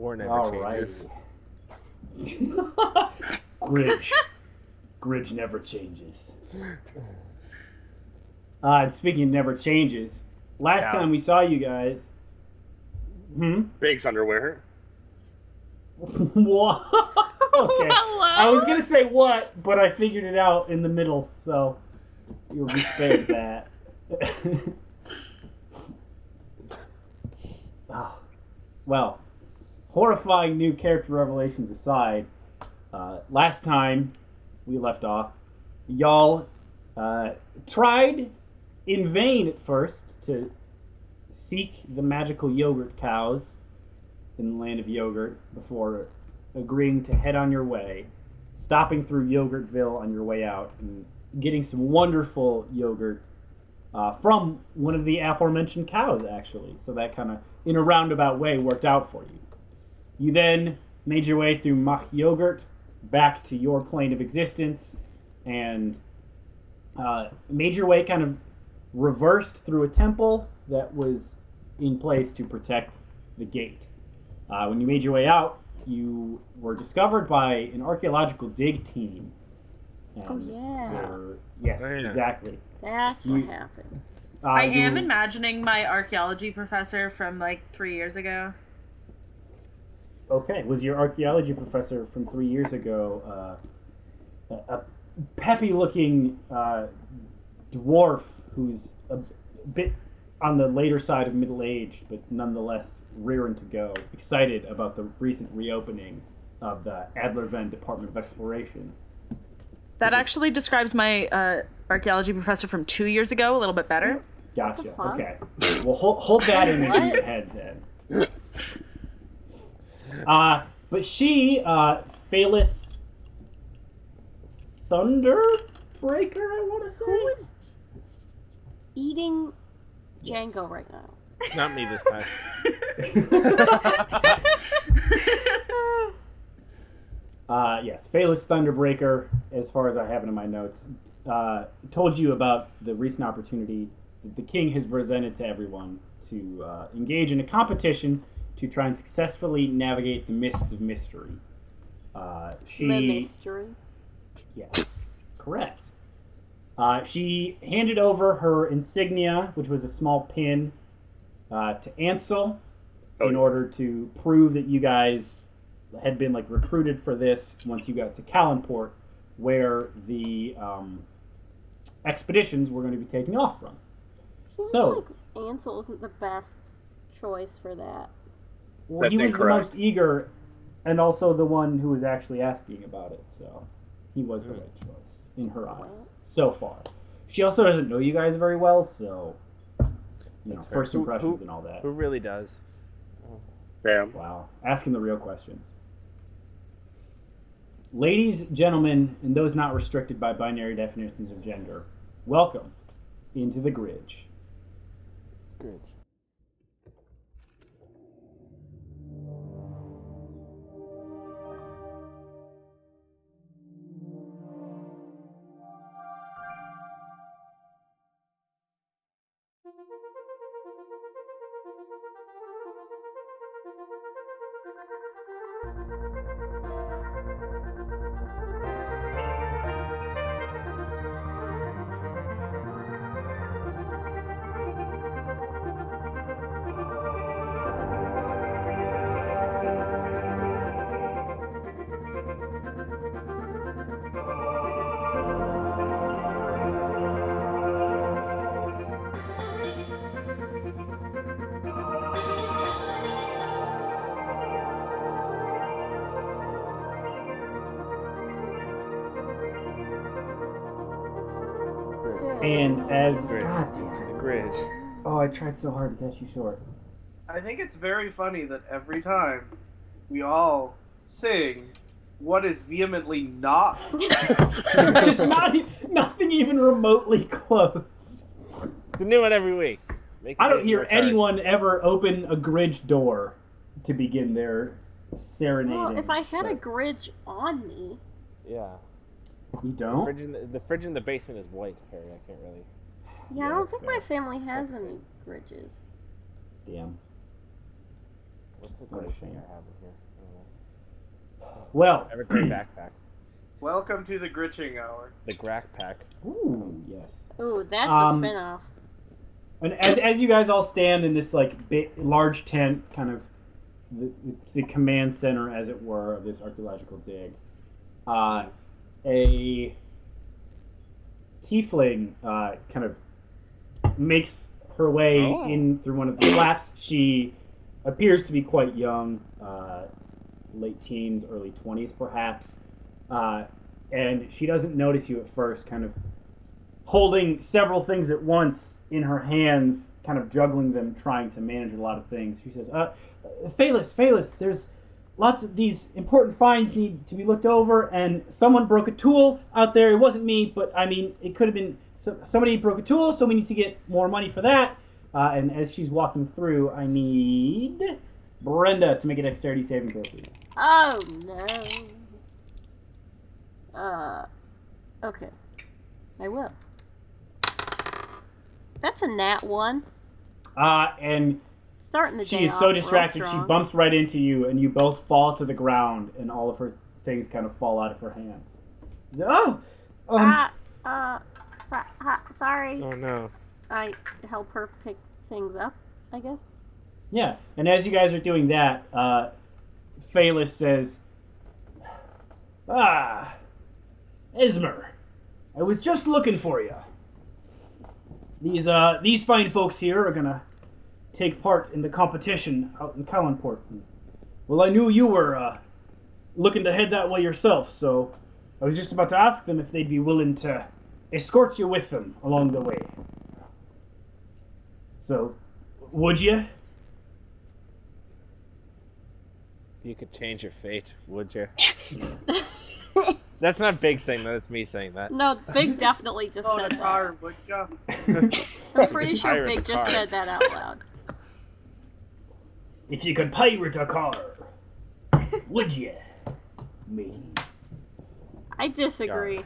War never All changes. right. Gridge. Gridge never changes. Uh, and speaking of never changes, last Yeah. time we saw you guys. Hmm? Big's underwear. what? Okay. Hello. I was going to say what, but I figured it out in the middle, so you'll be spared that. oh. Well, horrifying new character revelations aside, uh, last time we left off, y'all uh, tried in vain at first to seek the magical yogurt cows in the land of yogurt before agreeing to head on your way, stopping through Yogurtville on your way out, and getting some wonderful yogurt uh, from one of the aforementioned cows, actually. So that kind of, in a roundabout way, worked out for you. You then made your way through Mach Yogurt back to your plane of existence and uh, made your way kind of reversed through a temple that was in place to protect the gate. Uh, when you made your way out, you were discovered by an archaeological dig team. Oh And yeah, were- Yes, Oh, yeah. exactly. that's what You- happened. Uh, I am you- imagining my archaeology professor from like three years ago. Okay, was your archaeology professor from three years ago uh, a, a peppy-looking uh, dwarf who's a bit on the later side of middle age, but nonetheless rearing to go, excited about the recent reopening of the Adler Venn Department of Exploration? That actually describes my uh, archaeology professor from two years ago a little bit better. Gotcha. fuck? Okay. Well, hold, hold that image in your What? head then. Uh, but she, uh, Phalis Thunderbreaker, I want to say? Who is eating Django right now? Not me this time. uh, yes, Phalis Thunderbreaker, as far as I have it in my notes, uh, told you about the recent opportunity that the king has presented to everyone to uh, engage in a competition to try and successfully navigate the mists of mystery. Uh, she, The mystery. Yes, correct. Uh, she handed over her insignia, which was a small pin, uh, to Ansel Oh, in yeah. order to prove that you guys had been like recruited for this. Once you got to Callanport, where the um, expeditions were going to be taking off from. Seems So- like Ansel isn't the best choice for that. Well, That's he was the incorrect. most eager, and also the one who was actually asking about it. So he was Hmm. the right choice in her eyes so far. She also doesn't know you guys very well, so you know, That's fair. first Who- impressions who- and all that. Who really does? Bam. Wow, asking the real questions. Ladies, gentlemen, and those not restricted by binary definitions of gender, welcome into the Gridge. Good. And as Gridge. God damn To it. the grid. oh, I tried so hard to catch you short. I think it's very funny that every time we all sing what is vehemently not Just not e- nothing even remotely close. It's a new one every week. Make I it don't nice hear and hard. anyone ever open a gridge door to begin their serenading. Well, if I had a Right. gridge on me, Yeah. you The don't. fridge, in the, the fridge in the basement is white, Harry. I can't really. yeah, I Yeah, don't that's think fair. my family has That's any gridges. Damn. What's the What a great shame. thing I have in here? I don't know. Well, I have a great backpack. Welcome to the Gritching Hour. The Grack Pack. ooh, yes. Ooh, that's Um, a spinoff. And as, as you guys all stand in this like big, large tent, kind of the, the command center, as it were, of this archaeological dig, uh, a tiefling uh, kind of makes her way Oh. in through one of the flaps. She appears to be quite young, uh, late teens, early twenties, perhaps, uh, and she doesn't notice you at first. Kind of holding several things at once in her hands, kind of juggling them, trying to manage a lot of things. She says, uh, Phalis, Phalis, there's lots of these important finds need to be looked over, and someone broke a tool out there. It wasn't me, but I mean, it could have been so, somebody broke a tool, so we need to get more money for that. Uh, and as she's walking through, I need Brenda to make a dexterity saving throw, please. Oh no. Uh, okay. I will. That's a nat one. Uh, and Starting the She day is off so real distracted, she strong. bumps right into you, and you both fall to the ground, and all of her things kind of fall out of her hands. Oh! Um, ah, uh, so, ha, sorry. Oh, no. I help her pick things up, I guess. Yeah, and as you guys are doing that, uh, Phaelus says, Ah, Esmer, I was just looking for you. These, uh, these fine folks here are gonna take part in the competition out in Callanport. Well, I knew you were, uh, looking to head that way yourself, so I was just about to ask them if they'd be willing to escort you with them along the way. So, would you? You could change your fate, would you? That's not Big saying that, it's me saying that. No, Big definitely just Oh, said the that. car, would ya? I'm pretty sure Pirate the Big just car. said that out loud. If you could pirate a car, would you? Me. I disagree.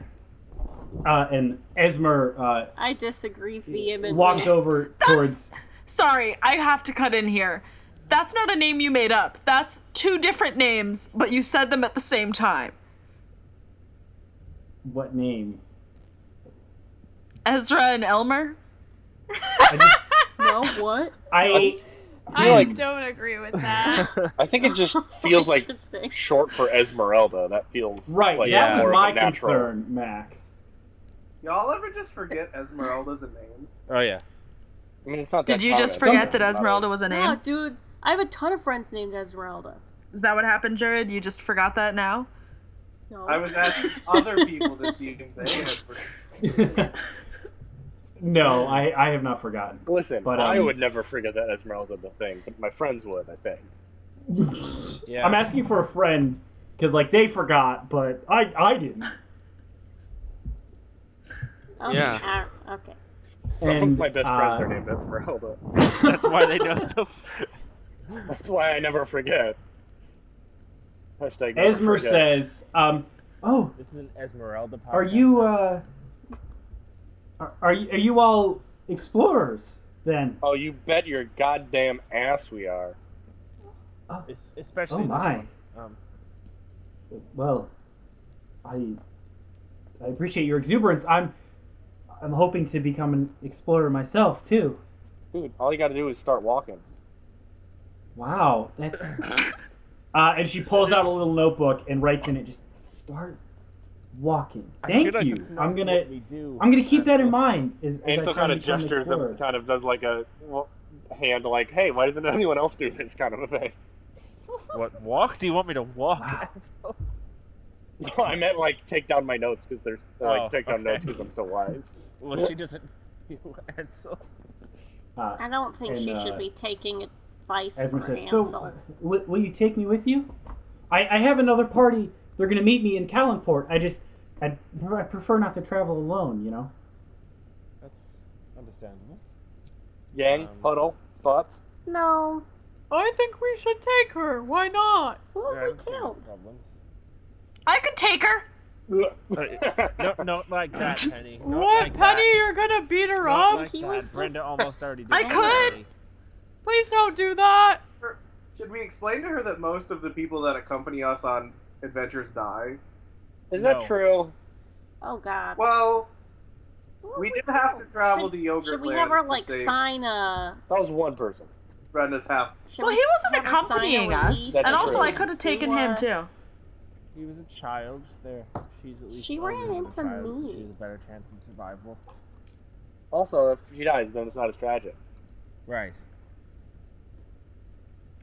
Uh, and Esmer I disagree uh, vehemently. walks over towards. Sorry, I have to cut in here. That's not a name you made up. That's two different names, but you said them at the same time. What name? Ezra and Elmer? I, just, No, what? I I Like- don't agree with that. I think it just feels like Interesting. short for Esmeralda. That feels right. Like, yeah, that more was of my a natural. concern, Max. Y'all ever just forget Esmeralda's a name? oh yeah. I mean, it's not that Did you just common. forget that Esmeralda was a No, name? dude, I have a ton of friends named Esmeralda. Is that what happened, Jared? You just forgot that now? No. I was asking other people to see if they had forgotten. no, I, I have not forgotten. Listen, But, I um, would never forget that Esmeralda's a thing, but my friends would, I think. Yeah. I'm asking for a friend because like they forgot, but I I didn't. Okay, Yeah. all right, okay. Some And, of my best friends uh, are named Esmeralda. That's why they know so That's why I never forget. Hashtag never Esmer forget. says, um, "Oh, This is an Esmeralda podcast. Are you uh are, are you are you all explorers then? Oh, you bet your goddamn ass we are. Es- Oh especially this my. one. Um, Well, I I appreciate your exuberance. I'm I'm hoping to become an explorer myself too. Dude, all you gotta do is start walking. Wow, that's uh, and she pulls out a little notebook and writes in it just start walking. I feel Thank like you. that's not I'm gonna what we do. I'm gonna keep That's that in so- mind. As, as I try Ansel kind to of become an gestures explorer. and kind of does like a well, hand, like, "Hey, why doesn't anyone else do this?" kind of a thing. What walk? Do you want me to walk? No, I meant like take down my notes because there's Oh, like take down okay. notes because I'm so wise. well, she doesn't. You Ansel. Uh, I don't think And, she uh, should be taking advice from Esmer says, Ansel. "So, uh, w- will you take me with you? I, I have another party. They're going to meet me in Callanport. I just, I, I prefer not to travel alone. You know." That's understandable. Yang, Um, huddle, thoughts. no, I think we should take her. Why not? who have Yeah, I we don't see any killed? problems. I could take her! uh, No, not like that, Penny. Not what, like Penny? That. You're gonna beat her Not up? like He that. was just- Brenda almost already did I that could. already. Please don't do that. Should we explain to her that most of the people that accompany us on adventures die? Is No. that true? Oh God. Well, Where we would did have to go? travel Should, to Yogurt should we have her like to save sign a? That was one person. Brenda's half. Should Well, we he have wasn't her sign a accompanying us, release That's and so also she I can could have sue taken him us? too. He was a child. There, she's at least. She older ran than a into child, so me. She has a better chance of survival. Also, if she dies, then it's not as tragic. Right.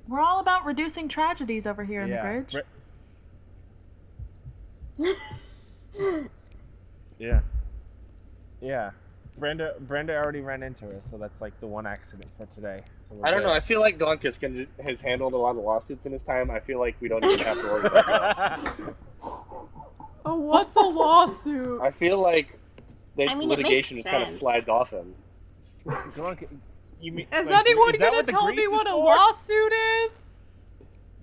We're all about reducing tragedies over here in the yeah. bridge. Bri- yeah. Yeah. Brenda, Brenda already ran into her, so that's like the one accident for today. So we're I don't know. I good. feel like Gonkus can has handled a lot of lawsuits in his time. I feel like we don't even have to worry about that. Oh, what's a lawsuit? I feel like the I mean, it litigation makes just kind of sense. slides off him. Glunk, you mean, Is like, anyone is that gonna what the tell me grease what is a for? lawsuit is?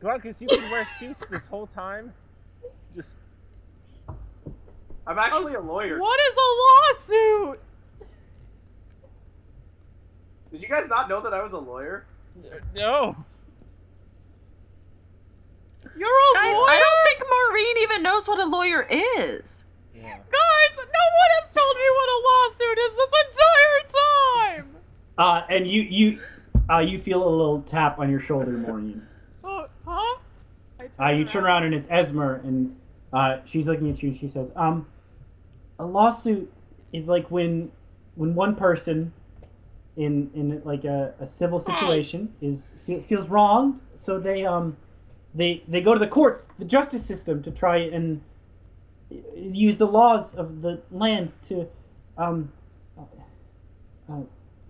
Glunkus, you could wear suits this whole time. Just I'm actually Oh, a lawyer. What is a lawsuit? Did you guys not know that I was a lawyer? no. You're a Guys, lawyer, I don't think Maureen even knows what a lawyer is. Yeah. guys. No one has told me what a lawsuit is this entire time. Uh, and you you uh, you feel a little tap on your shoulder, Maureen. Oh, huh? Uh, I you turn around and it's Esmer, and uh, she's looking at you and she says, "Um, a lawsuit is like when when one person in in like a, a civil situation is fe- feels wronged, so they um they they go to the courts, the justice system, to try and y- use the laws of the land to um uh, uh,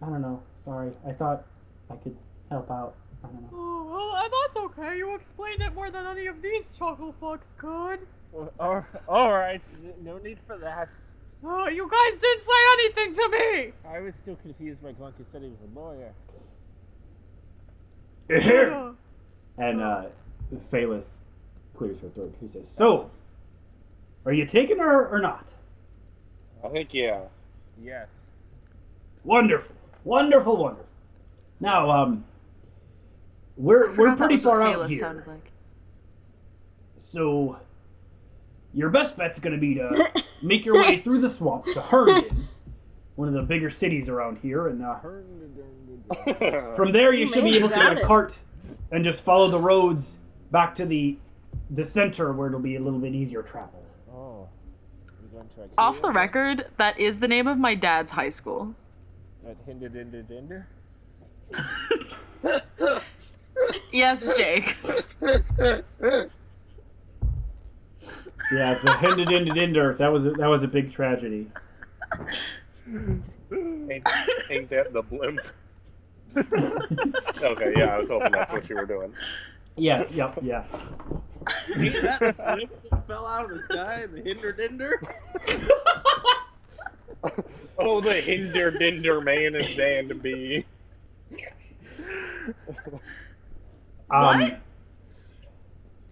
I don't know. Sorry, I thought I could help out. I don't know. Oh, well, uh, that's okay. You explained it more than any of these chuckle fucks could. Well, all- all right. No need for that. Oh, you guys didn't say anything to me. I was still confused when Glunkus said he was a lawyer. Uh, And uh, Oh. Phaelus clears her throat. She says, "So, are you taking her or not? I think yeah. Yes. Wonderful, wonderful, wonderful. Now, um, I we're forgot we're that pretty was what far out Phaelus here, sounded like. so your best bet's gonna be to make your way through the swamp to Herndon, one of the bigger cities around here, and uh, from there you You should may be able to have get a it. cart and just follow the roads back to the the center where it'll be a little bit easier travel." Oh. We're going to Ikea? Off the record, that is the name of my dad's high school. At Hinder Dinder Dinder. Yes, Jake. Yeah, the Hindadindadinder. That was a, that was a big tragedy. ain't, ain't that the blimp? okay, yeah. I was hoping that's what you were doing. Yes. Yep. Yeah. Ain't that the flip that fell out of the sky and the hinder dinder? Oh, the hinder dinder man is Dan to be. Um, What?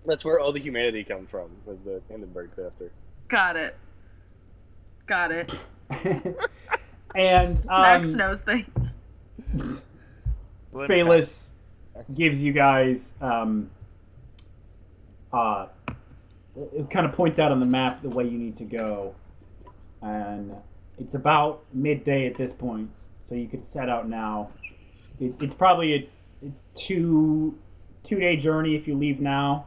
That's where all the humanity comes from, was the Hindenburg disaster. Got it. Got it. and um, Max knows things. Phaelus gives you guys um, uh, it kind of points out on the map the way you need to go, and it's about midday at this point, so you could set out now. It, it's probably a, a two two day journey if you leave now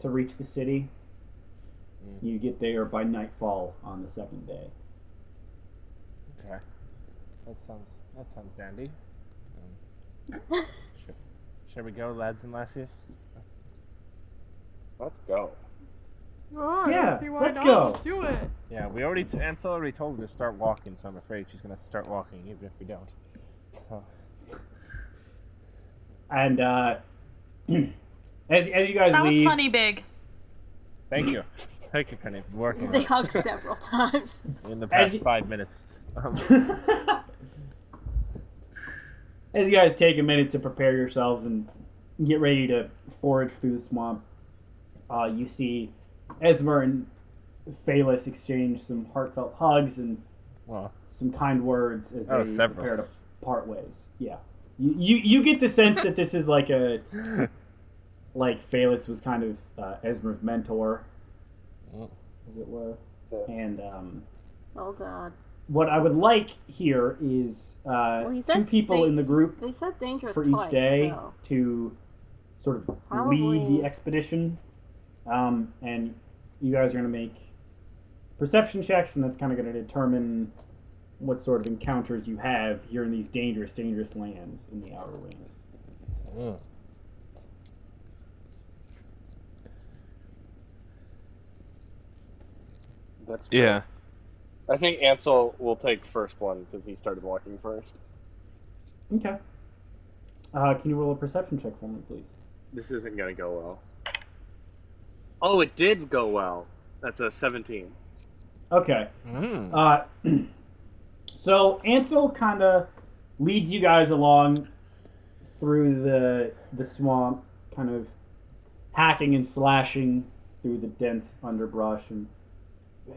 to reach the city. You get there by nightfall on the second day. Okay. That sounds that sounds dandy. Um, should, should we go, lads and lassies? Let's go. oh, I Yeah, see why let's not. go. Let's do it. Yeah, we already t- Ansel already told her to start walking, so I'm afraid she's gonna start walking even if we don't. So And uh, as, as you guys That was leave, funny, Big. thank you, thank you, Penny, for working They on hug several times. it in the As past you- five minutes. Um, as you guys take a minute to prepare yourselves and get ready to forage through the swamp, uh, you see Esmer and Phaelus exchange some heartfelt hugs and well, some kind words as Oh, they several. prepare to part ways. Yeah, you, you you get the sense that this is like a like Phalis was kind of uh, Esmer's mentor, Oh. as it were, Yeah. and um, Oh god. what I would like here is uh, Well, he said two people they- in the group They said dangerous for twice. each day So. to sort of lead Probably- the expedition. Um, and you guys are going to make perception checks, and that's kind of going to determine what sort of encounters you have here in these dangerous, dangerous lands in the Outer Ring. Oh. That's Yeah. I think Ansel will take first one because he started walking first. Okay. Uh, can you roll a perception check for me, please? This isn't gonna go well. Oh, it did go well. That's a 17. Okay. Mm. Uh, so Ansel kind of leads you guys along through the the swamp, kind of hacking and slashing through the dense underbrush and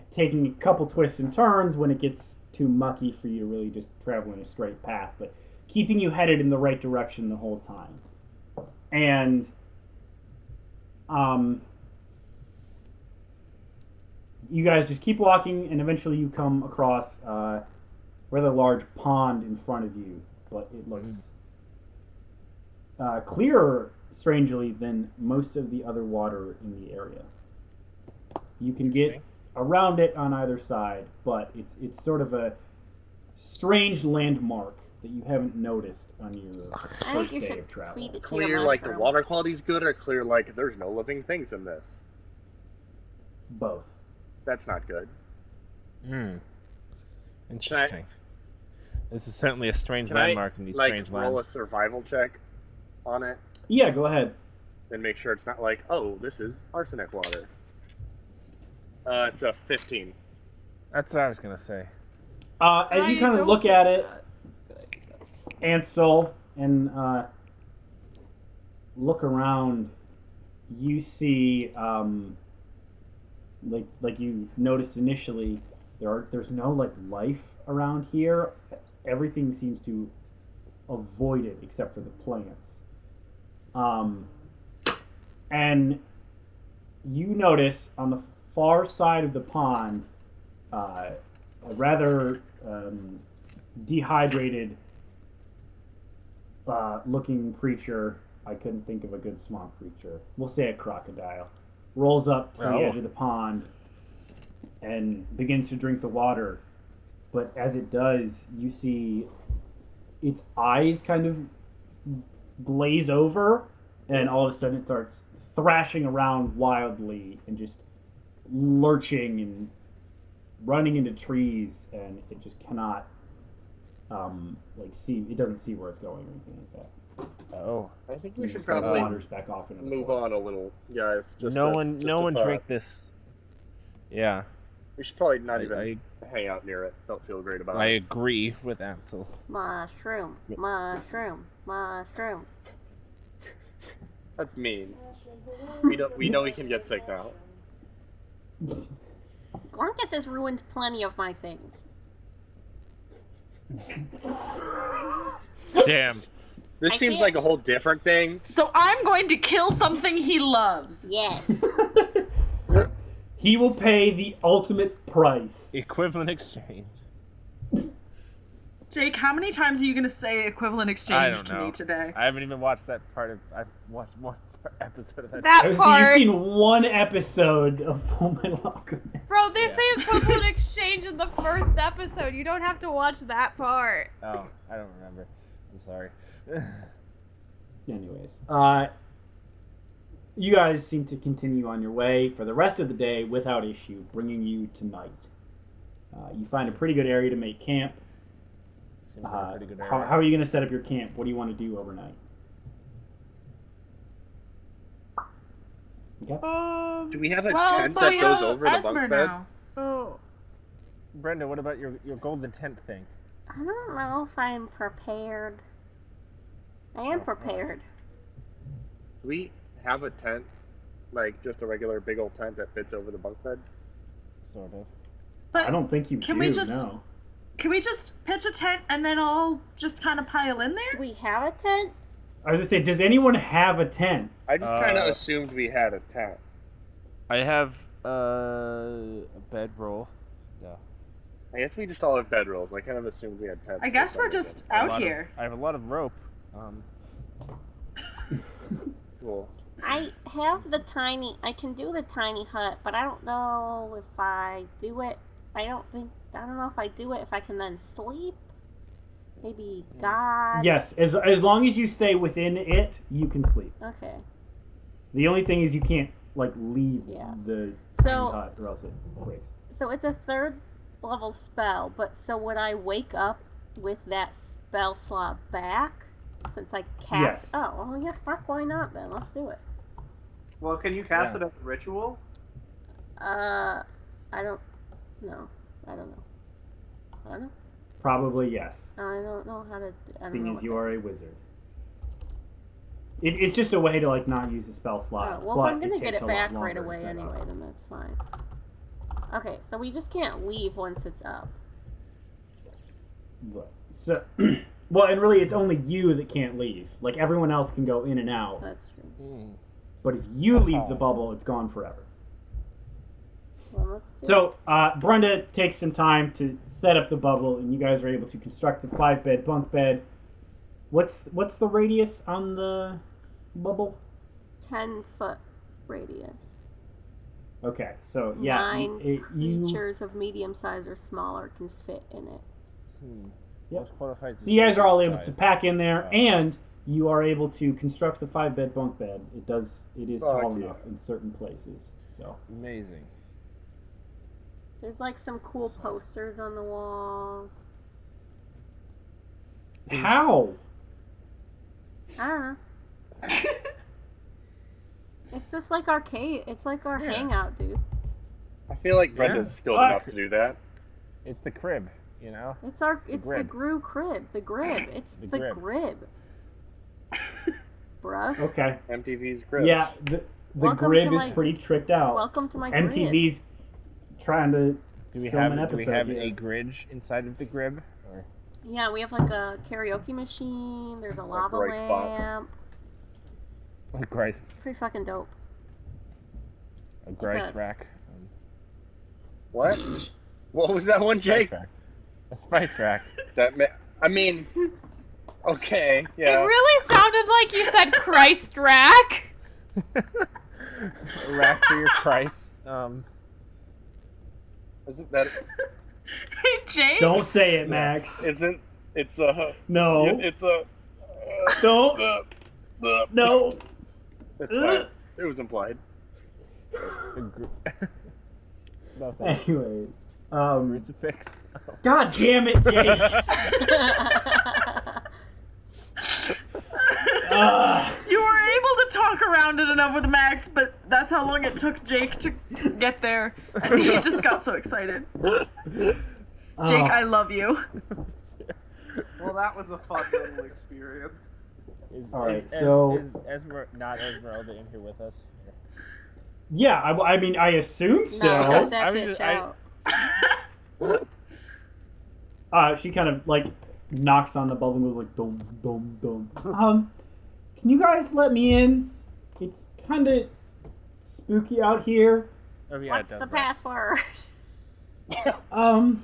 taking a couple twists and turns when it gets too mucky for you to really just travel in a straight path, but keeping you headed in the right direction the whole time. And um, you guys just keep walking, and eventually you come across uh, rather large pond in front of you, but it looks uh, clearer, strangely, than most of the other water in the area. You can get Interesting. around it on either side, but it's it's sort of a strange landmark that you haven't noticed on your I first think you day should of travel. tweet it to your Clear like the mushroom. water quality's good, or clear like there's no living things in this. both. That's not good. Mm. Interesting. This is certainly a strange Can I, landmark in these Like strange roll a lands. survival check on it Yeah, go ahead. and make sure it's not like, oh, this is arsenic water. Uh, it's a 15. That's what I was gonna say. Uh, as you I kind of don't look think at it, that- that's a good idea. Ansel and uh, look around, you see, um, like like you noticed initially, there are there's no like life around here. Everything seems to avoid it except for the plants. Um, and you notice on the far side of the pond, uh, a rather um, dehydrated uh, looking creature. I couldn't think of a good swamp creature. We'll say a crocodile. Rolls up to the Oh. edge of the pond and begins to drink the water. But as it does, you see its eyes kind of glaze over, and all of a sudden it starts thrashing around wildly and just lurching and running into trees, and it just cannot um, like see. It doesn't see where it's going or anything like that. Oh, I think It we should just kinda probably wanders back off into the move forest. on a little, guys. Just no a- one, just no a one thought. drink this. Yeah, We should probably not I, even I, hang out near it. Don't feel great about I it. agree with Ansel. Mushroom, mushroom, mushroom. That's mean. We don't. We know we can get sick now. Glunkus has ruined plenty of my things. Damn. This I seems can't- like a whole different thing. So I'm going to kill something he loves. Yes. he will pay the ultimate price. Equivalent exchange. Jake, how many times are you going to say equivalent I exchange don't to know. me today? I haven't even watched that part of. I've watched one episode of that. That I've seen, you've part, seen one episode of Full Metal Alchemist. bro. They say equivalent exchange in the first episode. You don't have to watch that part. Oh, I don't remember. I'm sorry. Anyways, uh, you guys seem to continue on your way for the rest of the day without issue, bringing you to night. Uh, you find a pretty good area to make camp. Seems like a Uh, pretty good how, area. how are you going to set up your camp? What do you want to do overnight? Um. Do we have a Well, tent so that we goes have over the Esmer bunk bed? now. Oh. Brenda, what about your your golden tent thing? I don't know if I'm prepared. I am prepared. Do we have a tent, like just a regular big old tent that fits over the bunk bed? Sort of. But I don't think you Can do, we just- no. can we just pitch a tent and then all just kind of pile in there? Do we have a tent? I was gonna say, does anyone have a tent? I just kind of Uh, assumed we had a tent. I have uh, uh, a bedroll. I guess we just all have bedrolls. I kind of assumed we had tents. I guess for we're some reason. just A lot out of- here. I have a lot of rope. Um, Cool. I have the tiny. I can do the tiny hut, but I don't know if I do it. I don't think. I don't know if I do it if I can then sleep. Maybe God. Yes, as as long as you stay within it, you can sleep. Okay. The only thing is you can't like leave Yeah. the tiny So hut or else it breaks. so it's a third level spell, but so would I wake up with that spell slot back? Since I cast. Yes. Oh well, yeah. Fuck. Why not then? Let's do it. Well, can you cast Yeah. it as a ritual? Uh, I don't. No, I don't know. I don't. know. Probably yes, I don't know how to. I don't know seeing what as you that- are a wizard. It, it's just a way to like not use a spell slot. Oh, well, but if I'm gonna get takes a lot it back longer uh, right to away set up. anyway, then that's fine. Okay, so we just can't leave once it's up. Right. So, well, and really, it's only you that can't leave. Like everyone else can go in and out, That's true. hmm. but if you leave the bubble, it's gone forever. Well, let's do it. So uh, Brenda takes some time to set up the bubble, and you guys are able to construct the five bed bunk bed. What's what's the radius on the bubble? ten foot radius. Okay, so yeah, you- Nine it- you creatures of medium size or smaller can fit in it. Hmm. Yep. What qualifies so as you guys are all medium able to size? pack in there, Uh, and you are able to construct the five bed bunk bed. It does it is Fuck tall yeah. enough in certain places. So Amazing. There's like some cool posters on the walls. how? I don't know. it's just like arcade. It's like our Yeah. hangout, dude. I feel like Yeah. Brenda's skilled Fuck. enough to do that. It's the crib, you know. It's our. It's the grib. Gru crib. The grib. It's The the, grib. grib. Bruh. Okay, MTV's grip. yeah, the, the Welcome grid to is my- pretty tricked out. Welcome to my crib. MTV's trying to Do we Film have an do we episode have here. a gridge inside of the crib? Or Yeah, we have like a karaoke machine. There's a lava rice box. lamp. a grice It's pretty fucking dope. a grice does. rack? Um, What? what was that one, spice Jake? rack. A spice rack. That ma- I mean, okay, It yeah. really sounded like you said Christ rack. a rack for your price. Um, Isn't that? Hey, Jake. Don't say it, Max. Isn't it's a? No. It's a. Don't. Uh, uh, No. That's fine. It was implied. a gr- Nothing. Anyways. Um, Crucifix. Oh. God damn it, Jake. Ugh. You were able to talk around it enough with Max, but that's how long it took Jake to get there. And he just got so excited. Oh, Jake, I love you. Well, that was a fun little experience. Is, All right, is, so- is, is Esmer- not Esmeralda in here with us? yeah, I, I mean, I assume no, so. cut that I was bitch just- I- out. Uh, she kind of like knocks on the bubble and goes like, dum dum dum. Um, can you guys let me in? It's kind of spooky out here. Oh yeah, What's it does the that. password? Um,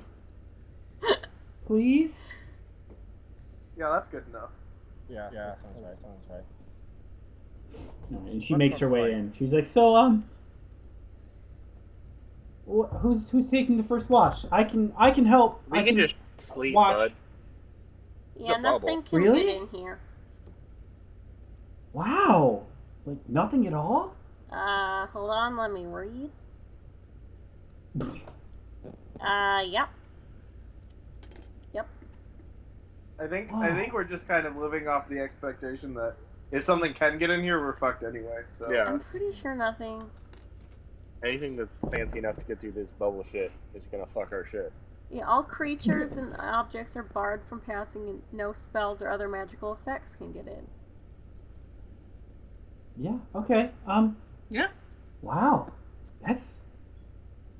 please. Yeah, that's good enough. Yeah, yeah, that sounds right. Sounds right. And she makes her way in. She's like, so um, wh- who's who's taking the first watch? I can I can help. We I can just sleep, watch. bud. yeah, a bubble. nothing can Really? get in here. Wow, like nothing at all. Uh, hold on, let me read. Uh, yep. I think I think we're just kind of living off the expectation that if something can get in here, we're fucked anyway. So Uh, Yeah. I'm pretty sure nothing. Anything that's fancy enough to get through this bubble shit is gonna fuck our shit. Yeah, all creatures and objects are barred from passing, and no spells or other magical effects can get in. Yeah. Okay. Um. Yeah. Wow, that's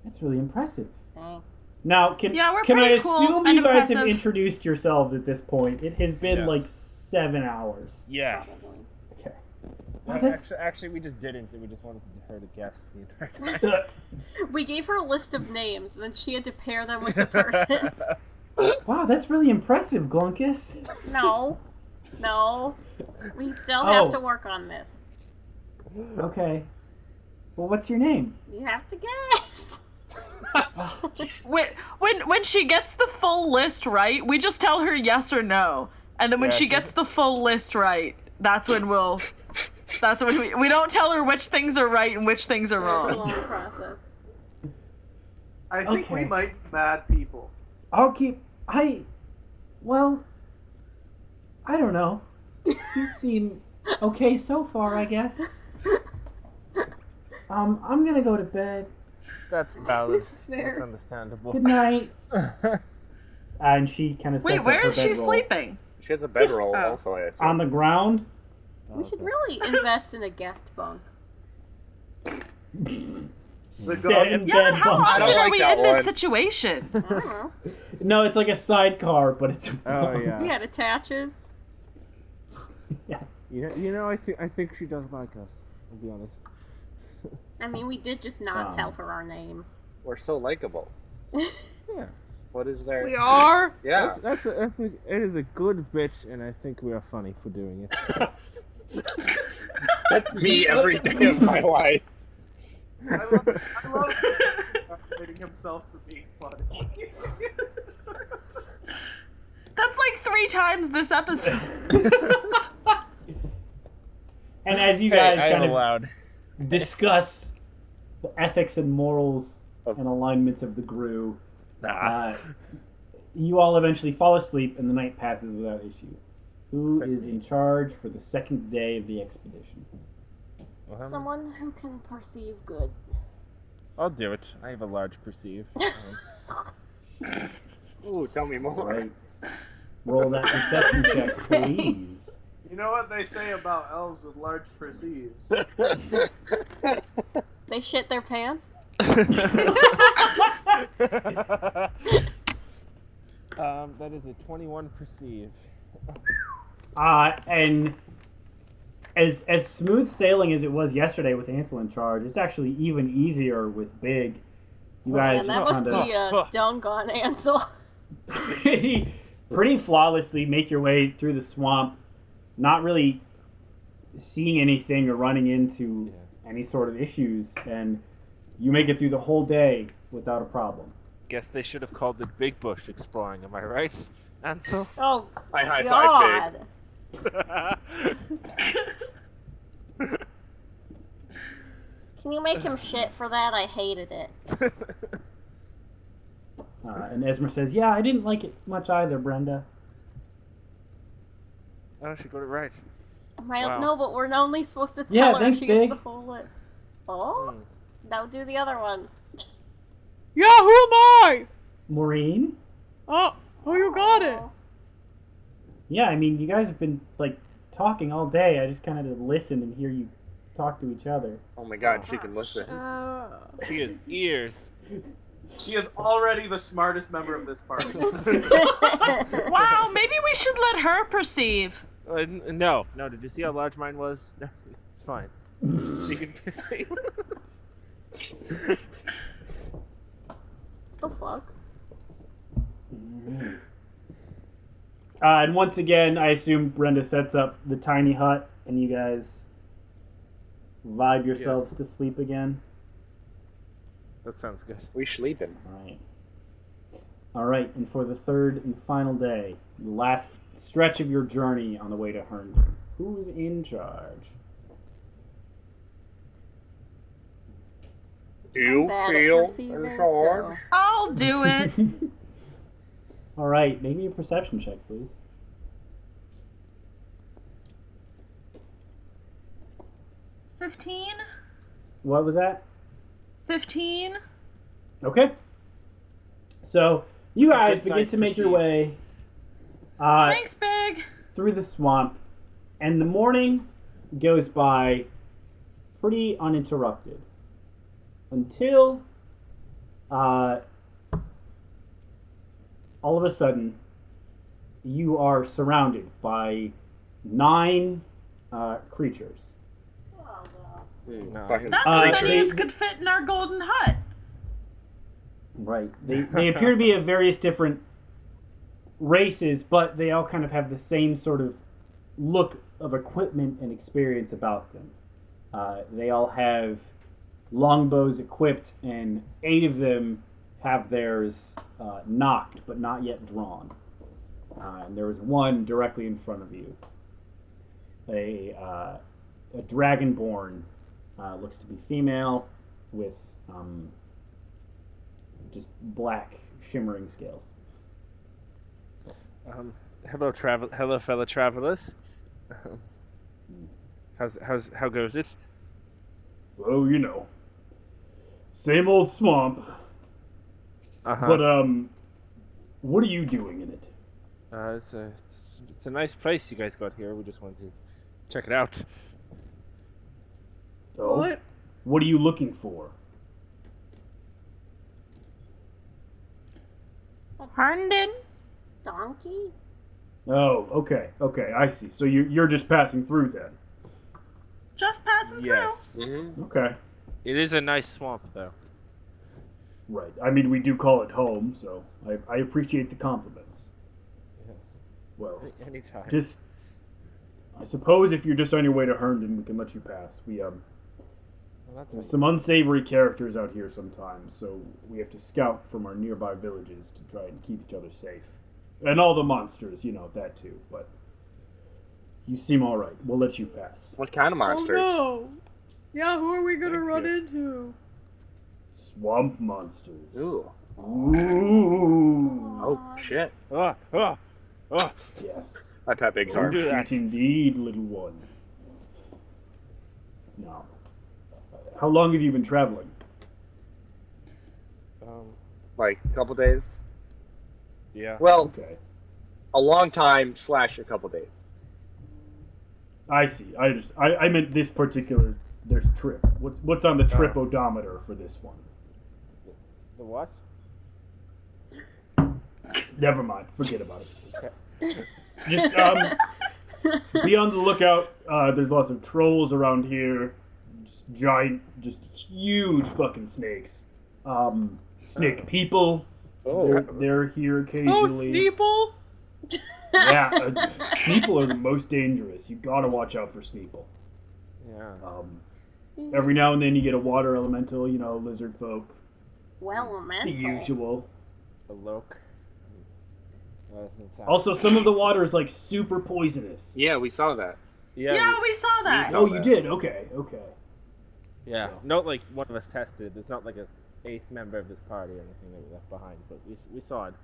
that's really impressive. Thanks. Now, can Yeah, we're can I pretty assume cool you and guys have impressive. introduced yourselves at this point? It has been Yes. like seven hours. Yes. Okay. Well, That's- actually, actually, we just didn't. We just wanted to- her to guess the entire time. uh, We gave her a list of names, and then she had to pair them with the person. wow, that's really impressive, Glunkus. no. No. We still have Oh. to work on this. Okay. Well, what's your name? You have to guess. When when when she gets the full list right, we just tell her yes or no, and then when Yeah, she she's- gets the full list right, that's when we'll. That's when we we don't tell her which things are right and which things are It's a wrong. long process. I think we Okay. might be mad people. I'll keep. I. Well. I don't know. You seem okay so far, I guess. Um, I'm gonna go to bed. That's valid. Fair. That's understandable. Good night. Uh, and she kind of Wait, where is she sleeping? She has a bedroll Oh. also, I assume. On the ground. We should really invest in a guest bunk. Seven Yeah, but bed how bunks. I often don't are like we that in this one. situation? I don't know. No, it's like a sidecar, but it's. A Oh bunk. yeah. Yeah, it attaches. You know, you know, I think I think she does like us. I'll be honest. I mean, we did just not Um. tell her our names. We're so likable. Yeah. What is there? We are. Yeah. That's, that's a, that's a, it is a good bitch, and I think we are funny for doing it. That's me every day of my life. I love, I love rating himself for being funny. That's like three times this episode. And as you guys kind of allowed. discuss the ethics and morals Of- and alignments of the GRU, Nah. uh, you all eventually fall asleep, and the night passes without issue. Who Second is in charge for the second day of the expedition? Well, Someone who can perceive good. I'll do it. I have a large perceive. Um, Ooh, tell me more. All right. Roll that perception check, please. You know what they say about elves with large perceives? They shit their pants? um, that is a 21 perceive. Uh, and as as smooth sailing as it was yesterday with Ansel in charge, it's actually even easier with Big. You guys Man, that just must kinda- be a Dungon Ansel. pretty, pretty flawlessly make your way through the swamp, not really seeing anything or running into any sort of issues, and you make it through the whole day without a problem. Guess they should have called it Big Bush Exploring, am I right? Ansel? Oh, I high five God. Can you make him shit for that? I hated it. Uh, and Esmer says, "Yeah, I didn't like it much either, Brenda." oh, she got it right. Am I, Wow. No, but we're only supposed to tell Yeah, her thanks, she gets Big. Hmm. the whole list. Oh, now do the other ones. Yeah, who am I? Maureen, Oh, oh, you got it. yeah, I mean, you guys have been like talking all day. I just kind of listen and hear you talk to each other. Oh my god, she can listen. Oh. Uh, She has ears. She is already the smartest member of this party. Mm-hmm. Oh. Wow, maybe we should let her perceive. Uh, n- no, no, did you see how large mine was? No, it's fine. She can perceive. the fuck? Uh, and once again, I assume Brenda sets up the tiny hut, and you guys vibe yourselves to sleep again. that sounds good. We sleeping. All right. All right, and for the third and final day, the last stretch of your journey on the way to Herndon, who's in charge? Do you bad at feel perceiving, in charge? I'll do it. All right, make me a perception check, please. Fifteen. What was that? Fifteen. Okay. So you It's a guys good begin size to make your perceive. way. Uh, Thanks, Big. through the swamp, and the morning goes by pretty uninterrupted until uh, all of a sudden you are surrounded by nine uh, creatures. No. Hmm, Fucking- That's Uh, as many as they- could fit in our golden hut. Right. They, they appear to be of various different races, but they all kind of have the same sort of look of equipment and experience about them. Uh, they all have longbows equipped, and eight of them have theirs uh, knocked but not yet drawn. Uh, and there was one directly in front of you. A, uh, a dragonborn uh, looks to be female with um, just black shimmering scales. Um, hello, travel. Hello, fellow travelers. Um, how's how's how goes it? Oh, you know, same old swamp. Uh-huh. But um, what are you doing in it? Uh, it's a it's, it's a nice place you guys got here. We just wanted to check it out. Oh, What? what are you looking for? Herndon? Donkey? Oh, okay, okay, I see. So you you're just passing through then. Just passing Yes, Mhm. Okay. it is a nice swamp though. Right. I mean, we do call it home, so I, I appreciate the compliments. Yeah. Well, Any- Anytime. just I suppose if you're just on your way to Herndon, we can let you pass. We um Well, that's There's nice. some unsavory characters out here sometimes, so we have to scout from our nearby villages to try and keep each other safe. And all the monsters, you know, that too, but you seem alright. We'll let you pass. What kind of monsters? Oh no. Yeah, who are we gonna Thank run you. into? Swamp monsters. Ooh. Ooh. Oh shit. Ah, ah, ah. Yes. I tap Oh, Don't Igzar. do that. shit indeed, little one. No. How long have you been traveling? Um, Like a couple days. yeah. Well, Okay. a long time slash a couple days. I see. I just I, I meant this particular there's trip. What's what's on the trip Oh. odometer for this one? The what? Never mind. Forget about it. Okay. Just um, be on the lookout. Uh, there's lots of trolls around here. Just giant, just huge fucking snakes. Um, Oh. snake people. They're, they're here Oh, occasionally. Sneeple? yeah, uh, people are the most dangerous. You gotta watch out for Sneeple. Yeah. Um, every now and then you get a water elemental, you know, lizard folk, Well, the mental. usual. The loke. That doesn't sound. Also, some of the water is like super poisonous. Yeah, we saw that. yeah. through. we- Yeah, we saw that. saw Oh, you that. did. Okay, okay. Yeah, Yeah. not like one of us tested. There's not like a eighth member of this party or anything that we left behind, but we, s- we saw it.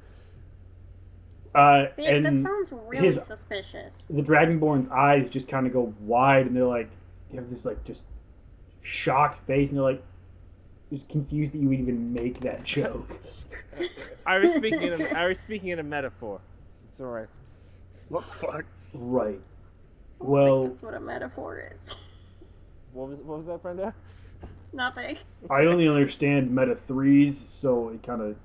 Uh, Babe, and that sounds really his- suspicious. the dragonborn's eyes just kind of go wide and they're like they have this like just shocked face and they're like just confused that you would even make that joke I was speaking in a, I was speaking in a metaphor. It's, it's all right. What the fuck? right I well- think that's what a metaphor is. What was what was that, Brenda? Nothing. i only understand meta threes so it kind of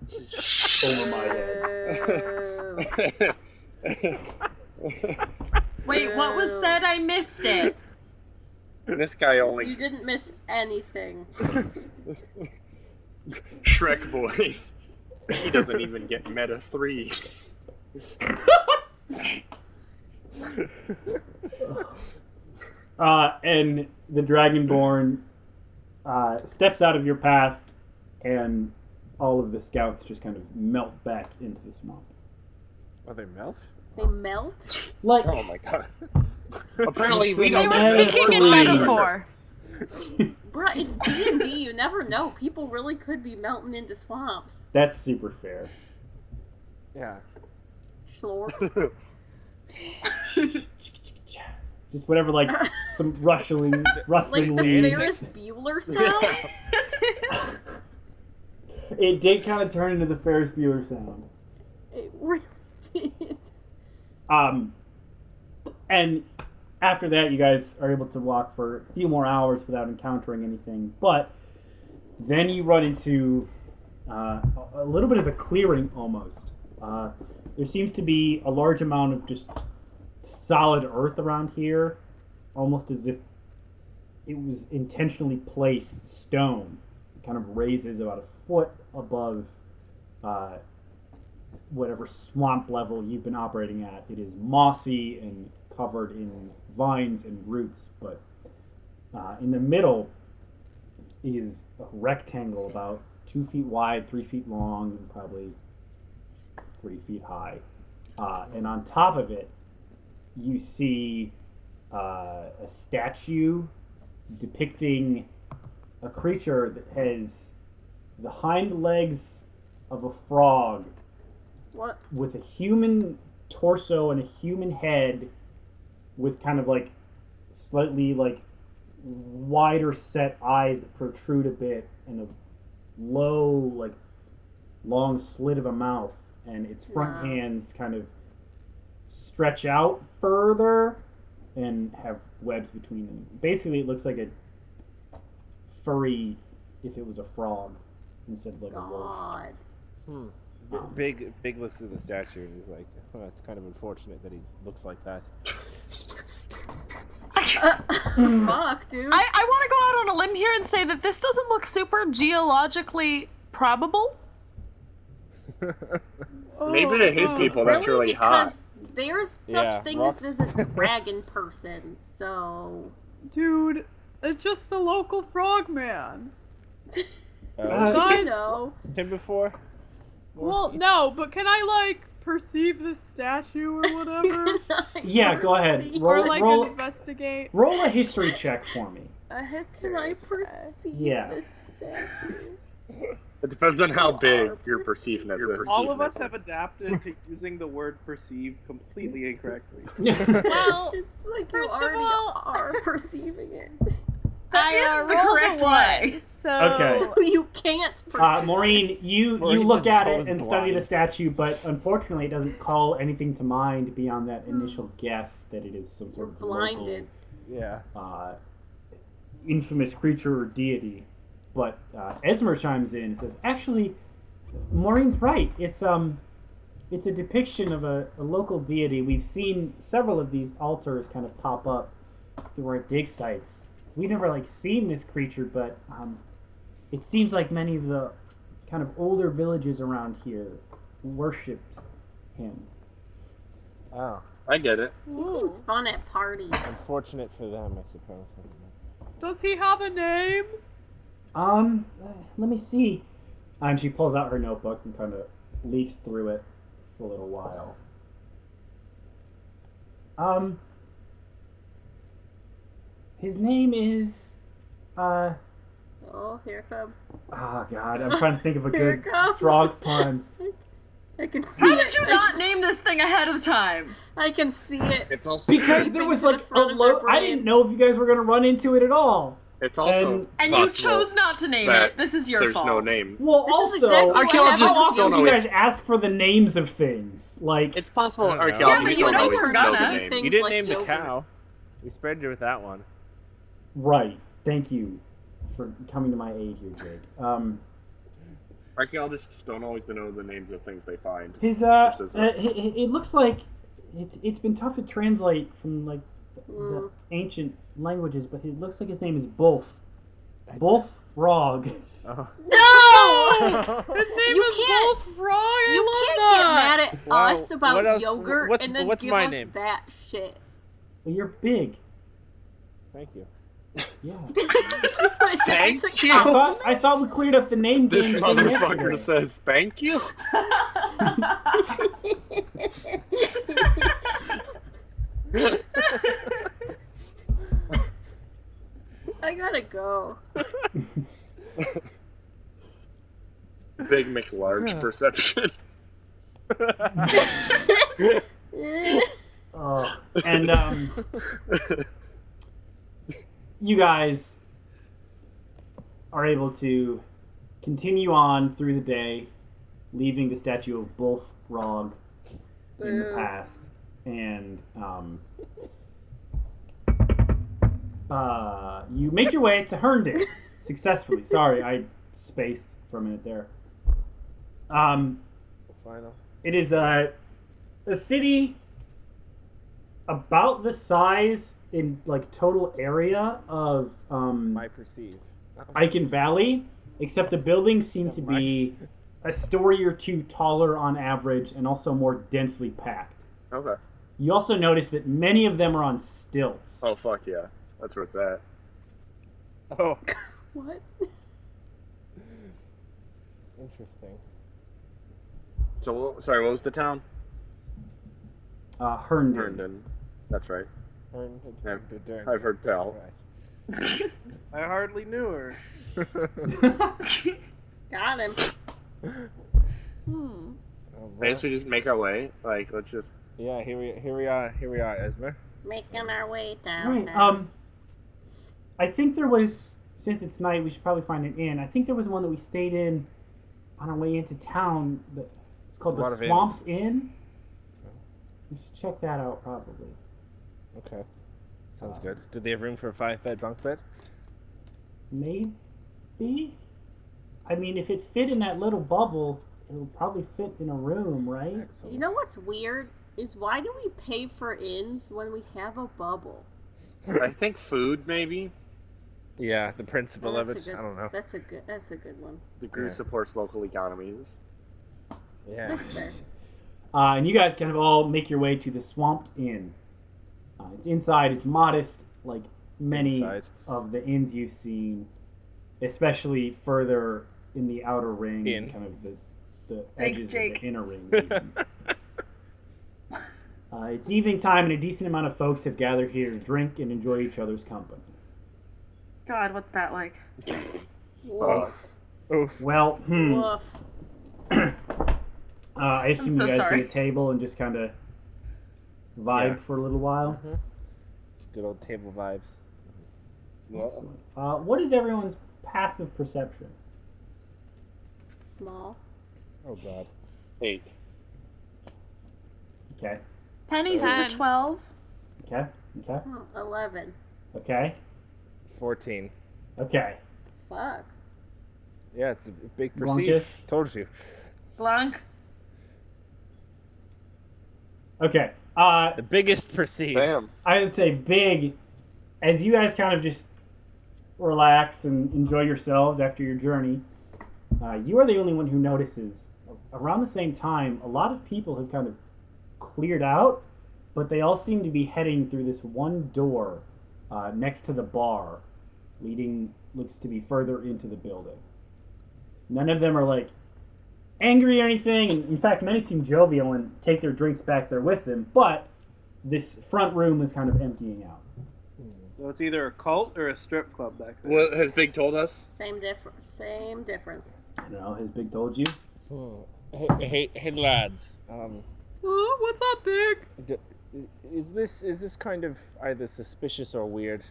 over Oh my head Boo. Wait, what was Ew. said? I missed it. this guy you only didn't miss anything. Shrek voice. He doesn't even get meta three. uh, and the dragonborn uh, steps out of your path and all of the scouts just kind of melt back into the swamp Are Oh, they melt? They melt? like Oh my god. Apparently we They don't. were speaking in Metaphor. metaphor. Bruh, it's D&D. You never know. People really could be melting into swamps. that's super fair Yeah. Schlorp. just whatever like some rustling Like rustling the leaves. Ferris Bueller sound? It did kind of turn into the Ferris Bueller sound. it really did. Um, and after that, you guys are able to walk for a few more hours without encountering anything. But then you run into uh, a- a little bit of a clearing almost. Uh, there seems to be a large amount of just solid earth around here, almost as if it was intentionally placed stone. It kind of raises about a foot above uh, whatever swamp level you've been operating at. It is mossy and covered in vines and roots, but uh, in the middle is a rectangle about two feet wide, three feet long, and probably three feet high. Uh, and on top of it, you see uh, a statue depicting a creature that has the hind legs of a frog What? with a human torso and a human head with kind of like slightly like wider set eyes that protrude a bit and a low like long slit of a mouth and its front Wow. hands kind of stretch out further and have webs between them basically it looks like a furry if it was a frog instead of like a wolf God. Hmm. B- Big Big looks at the statue and he's like, oh, "It's kind of unfortunate that he looks like that." Fuck, dude. I, I want to go out on a limb here and say that this doesn't look super geologically probable. Uh, Oh, Maybe to uh, his people that's really, hot. because there's such Yeah, things rocks. as a dragon person, so Dude, it's just the local frogman. Uh, Uh, you Guys, know. Tim before? well, no, but can I like perceive the statue or whatever, yeah go ahead Perceive- roll, or like roll, investigate? roll a history check for me A history. Can I check. perceive Yeah. this statue? It depends on how Or big your perceive- perceiveness You're- is. All of us have adapted to using the word perceive completely incorrectly. Well, It's like First you of already all- are perceiving it. That I, is uh, rolled the a correct one, way. So Okay. So you can't perceive. Uh, Maureen, you Maureen you look just at it goes and study the blind. statue, but unfortunately, it doesn't call anything to mind beyond that initial guess that it is some We're sort of blinded. Yeah. local, uh, infamous creature or deity. But uh, Esmer chimes in and says, "Actually, Maureen's right. It's um, it's a depiction of a, a local deity. We've seen several of these altars kind of pop up through our dig sites. We never like seen this creature, but um, it seems like many of the kind of older villages around here worshipped him. Oh, I get it. He seems fun at parties. unfortunate for them, I suppose. I don't know. Does he have a name? Um, let me see. And she pulls out her notebook and kind of leafs through it for a little while. Um, his name is, uh, Oh, here it comes. oh god, I'm trying to think of a Here it good comes. frog pun. I can see How it. did you I not can- name this thing ahead of time? I can see it. It's also Because there Bring was to the like a front of their low, I brain. didn't know if you guys were gonna run into it at all. it's also And- And you possible chose not to name that it. This is your There's fault. no name. Well, This is also, exactly what Archaeologists how happened. often don't do you always- guys ask for the names of things? Like, It's possible I don't know. archaeologists Yeah, but you don't know always we're know the gonna. name. Things You didn't like name the yogurt. cow. We spared you with that one. Right. Thank you for coming to my aid here, Jake. Um, Archaeologists don't always know the names of things they find. his uh, Just as uh a- it, it looks like it's it's been tough to translate from like the, the Mm. ancient languages, but it looks like his name is Bolf. Bolf Rog. Oh. No! His name You is can't- Wolf Frog. I You love can't get that. mad at Wow, us about what else- yogurt what's- and then what's give my us name? that shit. You're big. Thank you. Yeah. It's- it's a Thank you. I compliment. thought I thought we cleared up the name This game. beginning motherfucker yesterday. says thank you. I gotta go. Big McLarge perception. Oh. And um, you guys are able to continue on through the day, leaving the statue of Wolf Rog in the Boo. past, and um, uh, you make your way to Herndon successfully. Sorry, I spaced for a minute there. Um, Final. uh, it is a, a city about the size in like total area of um, I perceive. Icon Valley, except the buildings seem to be a story or two taller on average and also more densely packed. Okay. You also notice that many of them are on stilts. Oh fuck yeah, that's where it's at. Oh, What? interesting. So what- sorry, what was the town? Uh, Herndon. Herndon. That's right. Earned a Yeah, drink to drink. I've heard tell. That's right. I hardly knew her. Got him. Hmm. Oh, I well, guess we just make our way. Like, let's just. yeah, here we here we are here we are, Esmer. Making our way down. Right. there. Um, I think there was since it's night, we should probably find an inn. I think there was one that we stayed in on our way into town. That it's called There's a lot the of Swamped Inn. We should check that out probably. Okay, sounds good. Do they have room for a five bed bunk bed? Maybe. I mean, if it fit in that little bubble, it'll probably fit in a room, right? Excellent. You know what's weird is why do we pay for inns when we have a bubble? I think food maybe. yeah, the principle of That's it. a good- I don't know. That's a good. That's a good one. The group Yeah. supports local economies. Yeah. That's fair. Uh, and you guys kind of all make your way to the Swamped Inn. Uh, it's inside. It's modest, like many Inside. of the inns you've seen, especially further in the outer ring, In. kind of the, the Thanks, edges of Jake. the inner ring. uh, it's evening time, and a decent amount of folks have gathered here to drink and enjoy each other's company. God, what's that like? Woof. Oh, Well, hmm, uh, Woof. I assume so you guys sorry. get a table and just kind of vibe Yeah. for a little while. Good old table vibes. Excellent. Uh, what is everyone's passive perception? Small. Oh god. Eight. Okay, Pennies is Ten. a 12. okay, okay, Hmm, Eleven. okay, Fourteen. okay. Fuck. Yeah, it's a big You want perceive. this? Told you. Blanc. Okay. Uh, The biggest perceive. Damn. I would say big, as you guys kind of just relax and enjoy yourselves after your journey. Uh, you are the only one who notices. Around the same time, a lot of people have kind of cleared out, but they all seem to be heading through this one door uh, next to the bar, leading looks to be further into the building. None of them are like angry or anything, and in fact, many seem jovial and take their drinks back there with them. But this front room is kind of emptying out. So it's either a cult or a strip club back there. What has Big told us? Same difference. Same difference. I don't know. Has Big told you? Hmm. Hey, hey, hey, lads. Um, Huh? What's up, Big? d- is this is this kind of either suspicious or weird?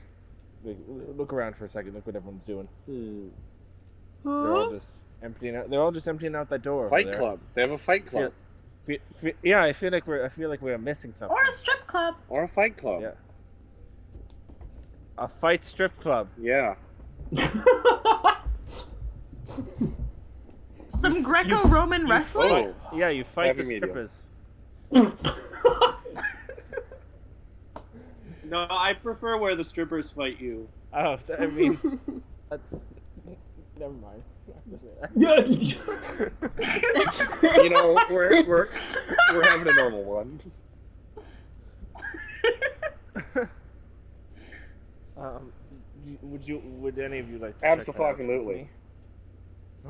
Like, Look around for a second. Look what everyone's doing. Hmm. They're all Huh? just emptying out. They're all just emptying out that door. over Fight there. club. They have a fight club Fe- fe- yeah, I feel like we're I feel like we're missing something. Or a strip club. or a fight club. Yeah. A fight strip club. Yeah. Some Greco Roman wrestling? Oh, Yeah, you fight Heavy the media. strippers. No, I prefer where the strippers fight you. Oh, th- I mean, that's never mind. you know, we're we're we're having a normal one. um, do you- would you? Would any of you like? to check that out with Abso-fucking-lutely. me?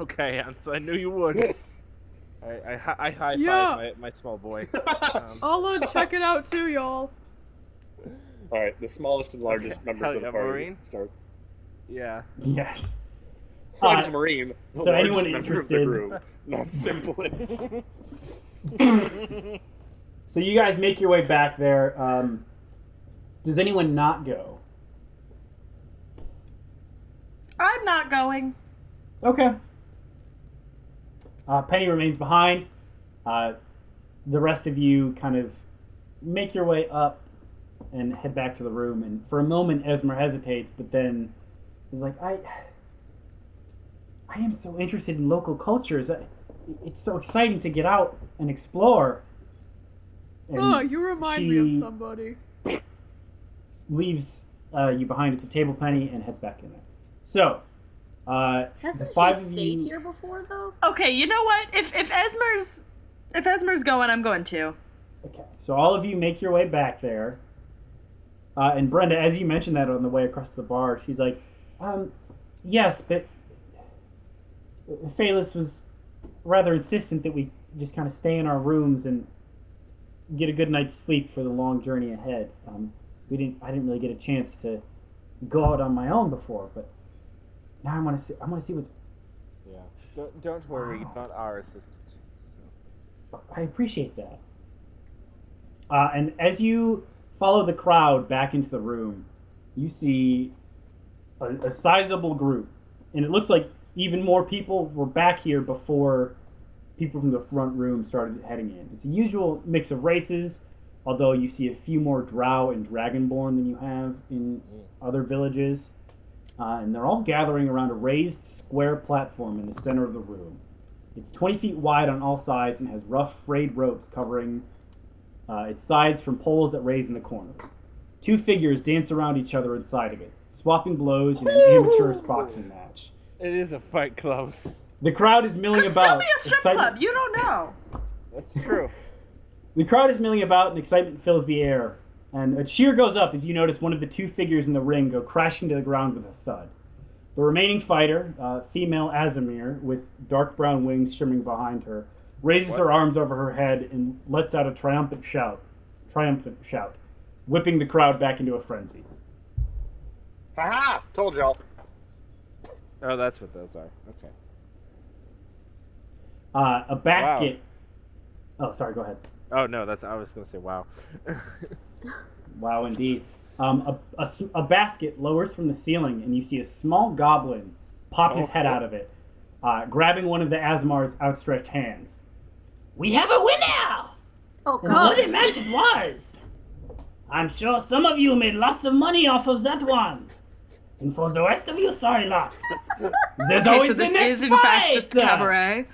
Okay, so I knew you would. I I, hi- I high five Yeah. my, my small boy. Um, I'll uh, check it out too, y'all. All right, the smallest and largest Okay. members Hell of the yeah, party Marine. start. yeah. yes. Large Uh, Marine. The so largest anyone member interested- of the group, not simply. So you guys make your way back there. Um, does anyone not go? I'm not going. Okay. Uh, Penny remains behind. Uh, the rest of you kind of make your way up and head back to the room. And for a moment, Esmer hesitates, but then is like, "I, I am so interested in local cultures. I, it's so exciting to get out and explore." And Oh, Huh, you remind me she- of somebody. leaves uh, you behind at the table, Penny, and heads back in there. So, uh, Hasn't she five of stayed you- here before though? Okay, you know what? If if Esmer's if Esmer's going, I'm going too. Okay, so all of you make your way back there. Uh, and Brenda, as you mentioned that on the way across the bar, she's like, um, yes, but Phaelus was rather insistent that we just kind of stay in our rooms and get a good night's sleep for the long journey ahead. Um, we didn't, I didn't really get a chance to go out on my own before, but now I want to see, I want to see what's Yeah. Don't, don't worry, Wow. not our assistant. So. I appreciate that. Uh, and as you follow the crowd back into the room, you see a, a sizable group, and it looks like even more people were back here before people from the front room started heading in. It's a usual mix of races, although you see a few more Drow and Dragonborn than you have in other villages, uh, and they're all gathering around a raised square platform in the center of the room. It's 20 feet wide on all sides and has rough frayed ropes covering uh, its sides from poles that raise in the corners. Two figures dance around each other inside of it, swapping blows in an amateurish boxing match. It is a fight club. The crowd is milling Could about. still be a strip excitement- club. You don't know. That's true. The crowd is milling about and excitement fills the air. And a cheer goes up as you notice one of the two figures in the ring go crashing to the ground with a thud. The remaining fighter, uh, female Azamir, with dark brown wings shimmering behind her, raises her arms over her head and lets out a triumphant shout, triumphant shout, whipping the crowd back into a frenzy. Haha! Told y'all. Oh, that's what those are. Okay. Uh, a basket. Oh, sorry. Go ahead. Oh no, that's I was gonna say wow. Wow, indeed. Um, a, a s- a basket lowers from the ceiling, and you see a small goblin pop his Oh. head out of it, uh, grabbing one of the Asmar's outstretched hands. We have a winner! Oh And What god. a match it was! I'm sure some of you made lots of money off of that one. And for the rest of you, sorry lots. There's Okay, always so the this next is in fact just fight! cabaret.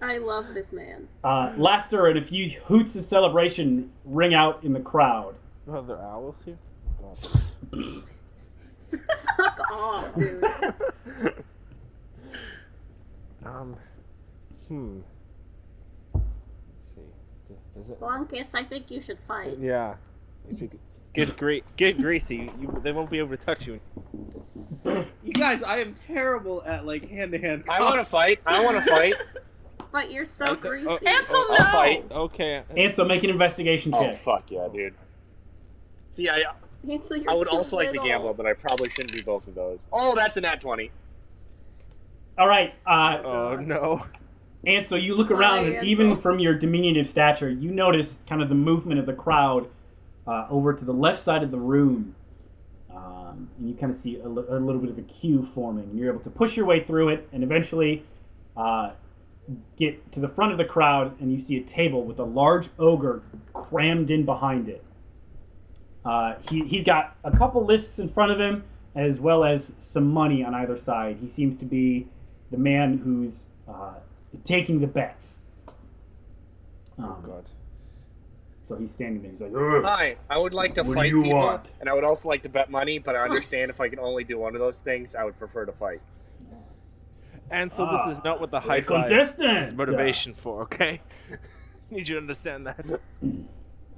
I love this man. uh, laughter and a few hoots of celebration ring out in the crowd. Are there owls here? God. Fuck off, dude. um. Hmm. Let's see. D- Does it? Blankus, I think you should fight. Yeah. You should- Get great. Get greasy. You, they won't be able to touch you. You guys, I am terrible at like hand to hand. I want to fight. I want to fight. But you're uh, so Okay, greasy. oh, Ansel, oh, no. I'll fight. Okay. Ansel, make an investigation Oh check. fuck yeah, dude. See, I Ansel, you're I would too also like to little. gamble, but I probably shouldn't do both of those. Oh, that's an at twenty. All right, uh, Oh no. Ansel, you look around, Hi, and even Ansel. from your diminutive stature, you notice kind of the movement of the crowd uh, over to the left side of the room. Um, and you kind of see a, li- a little bit of a queue forming. And you're able to push your way through it and eventually uh, get to the front of the crowd, and you see a table with a large ogre crammed in behind it. Uh, he, he's got a couple lists in front of him, as well as some money on either side. He seems to be the man who's uh, taking the bets. Oh Um, god. so he's standing there. He's like, "Ugh." Hi, I would like to What do fight you people, want? and I would also like to bet money. But I understand if I can only do one of those things, I would prefer to fight. Ansel, this is Ah, not what the high The five contestant. is motivation for. Okay. Need you to understand that. I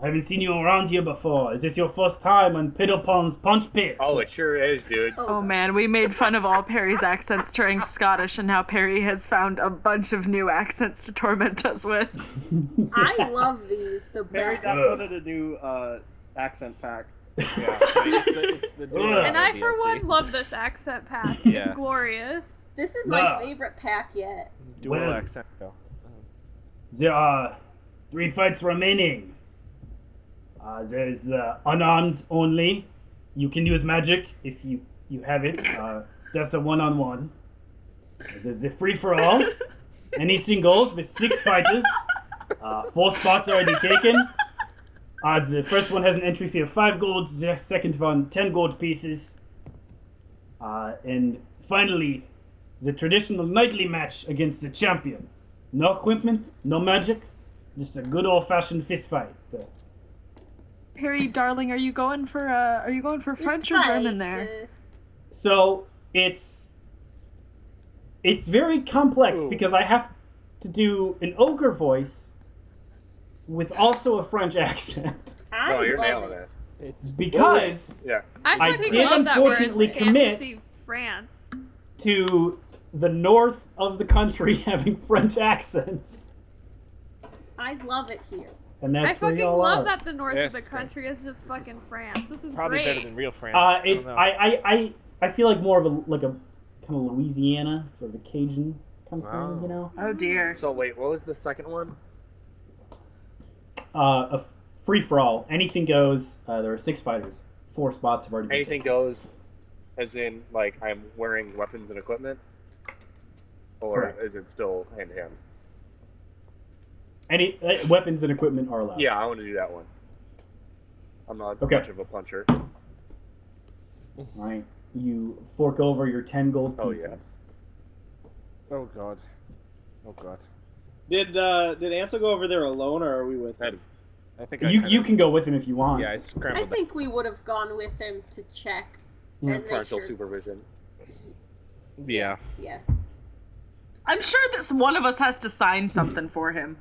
Uh, haven't seen you around here before. Is this your first time on Piddlepon's Punch Pit? Oh, it sure is, dude. Oh man, we made fun of all Perry's accents during Scottish, and now Perry has found a bunch of new accents to torment us with. I love these the Mary best. downloaded a new uh, accent pack. Yeah. it's the- it's the DLC. And I, for one, love this accent pack. Yeah. It's glorious. This is my Nah. favorite pack yet. dual Well- accent though. There are three fights remaining. Uh, there's the unarmed only. You can use magic if you, you have it. Uh, that's a one on one. There's the free for all. Any singles with six fighters. Uh, four spots already taken. Uh, the first one has an entry fee of five gold, the second one, ten gold pieces. Uh, and finally, the traditional nightly match against the champion. No equipment, no magic, just a good old fashioned fist fight. Uh, Perry, darling, are you going for uh, are you going for French or German there? So it's it's very complex Ooh. because I have to do an ogre voice with also a French accent uh, I No, you're love nailing it. it. It's because Yeah. I I fucking did love that word. unfortunately Fantasy France. to the north of the country having French accents, I love it here. and that's I where fucking y'all love are. that the north of Yes, the great. country is just fucking France. This is probably great. better than real France. Uh, I it's don't I, know. I, I, I feel like more of a like a kind of Louisiana sort of a Cajun kind of Wow. thing, you know, Oh dear. So wait, what was the second one? uh, a free for all, anything goes. Uh, there are six fighters, four spots have already been Anything goes, as in like I'm wearing weapons and equipment, or Correct. is it still hand to hand? Any uh, weapons and equipment are allowed. Yeah, I want to do that one. I'm not Okay. much of a puncher. Right. You fork over your ten gold Oh, pieces. yeah. Oh god. Oh god. Did uh, did Ansel go over there alone, or are we with That him? is I think I You kinda- you can go with him if you want. Yeah, I I scrambled. that. think we would have gone with him to check Mm, Yeah. and make parental sure. supervision. Yeah. Yes. I'm sure this one of us has to sign something for him.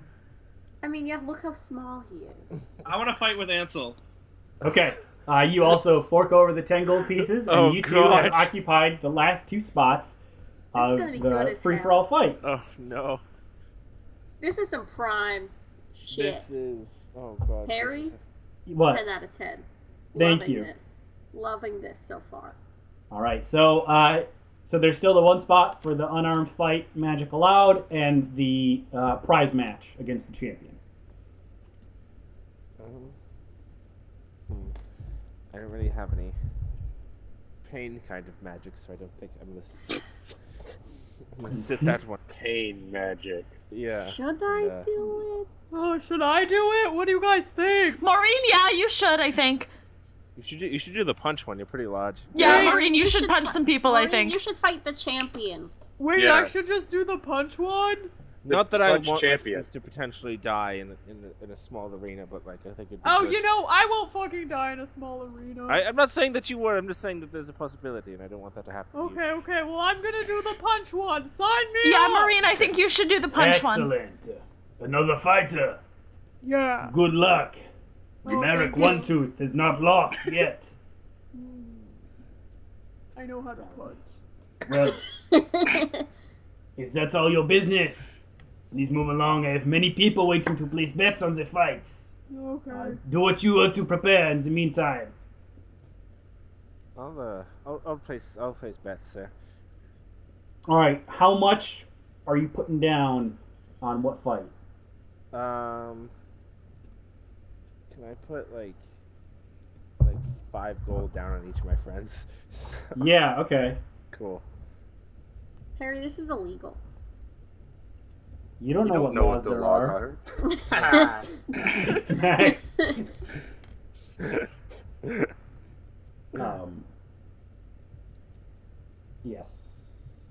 I mean, yeah. Look how small he is. I want to fight with Ansel. Okay. Uh, you also fork over the ten gold pieces, and Oh, you two God. have occupied the last two spots of gonna be good the as free for all fight. Oh no. This is some prime shit. This is. Oh god. this Harry? is- What? Ten out of ten. Thank Loving you. This. Loving this so far. All right. So uh, so there's still the one spot for the unarmed fight, magic allowed, and the uh, prize match against the champion. Um, hmm. I don't really have any pain kind of magic, so I don't think I'm gonna. Sit, I'm gonna sit that one. Pain magic. Yeah. Should I Yeah. do Oh, should I do it? What do you guys think? Maureen, yeah, you should, I think. You should do. You should do the punch one. You're pretty large. Yeah, Maureen, Maureen, you, you should should punch fi- some it? people, I Maureen, think. you should fight the champion. Wait, I Yeah. should just do the punch one? The Not that I punch want champion. champions to potentially die in in, the, in a small arena, but like I think it'd be Oh, good. you know, I won't fucking die in a small arena. I, I'm not saying that you were. I'm just saying that there's a possibility, and I don't want that to happen. to you. Okay, okay. Well, I'm gonna do the punch one. Sign me yeah, up. Maureen, I think you should do the punch one. Another fighter. Yeah. Good luck. Oh, thank you. Tooth is not lost yet. I know how to punch. Well, Wait, if that's all your business, please move along. I have many people waiting to place bets on the fights. Okay. Uh, do what you are to prepare in the meantime. I'll uh, I'll, I'll place I'll place bets, sir. All right, how much are you putting down on what fight? Um, can I put like like five gold down on each of my friends? Yeah, okay. cool. Harry, this is illegal. You don't know You don't what know laws what the there laws are. are. It's Max. Um, yes,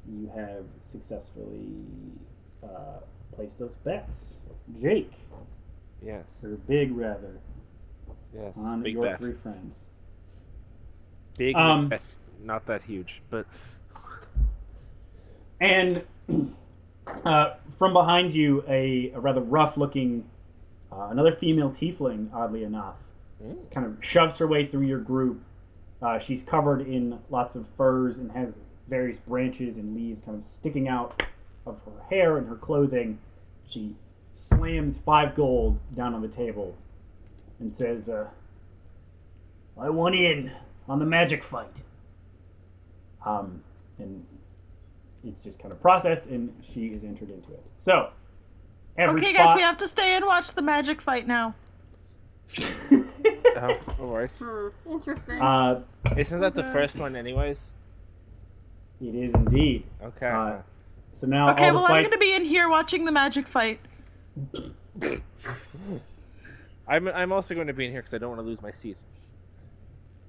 you have successfully uh, placed those bets. Jake, yeah. or Big rather, Yes. on big your bet. three friends. Big Um, bet. Not that huge, but And uh, from behind you, a, a rather rough looking, uh, another female tiefling, oddly enough, Mm. kind of shoves her way through your group. Uh, she's covered in lots of furs and has various branches and leaves kind of sticking out of her hair and her clothing. She slams five gold down on the table and says, uh, I want in on the magic fight. Um, and it's just kind of processed and she is entered into it. So, every Okay, guys, spot... we have to stay and watch the magic fight now. um, all right. Hmm, interesting. uh, Isn't that the Okay. first one, anyways? it is indeed. Okay. Uh, So now Okay, all the well, I'm fights... going to be in here watching the magic fight. I'm I'm also going to be in here because I don't want to lose my seat.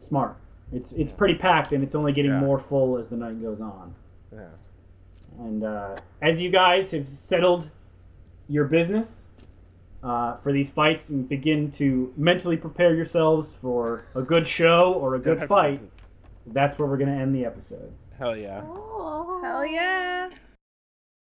smart. It's it's pretty packed, and it's only getting Yeah. more full as the night goes on. Yeah. And uh, as you guys have settled your business, uh, for these fights and begin to mentally prepare yourselves for a good show or a Don't good have to fight, mention- that's where we're going to end the episode. Hell yeah. Oh. Hell yeah.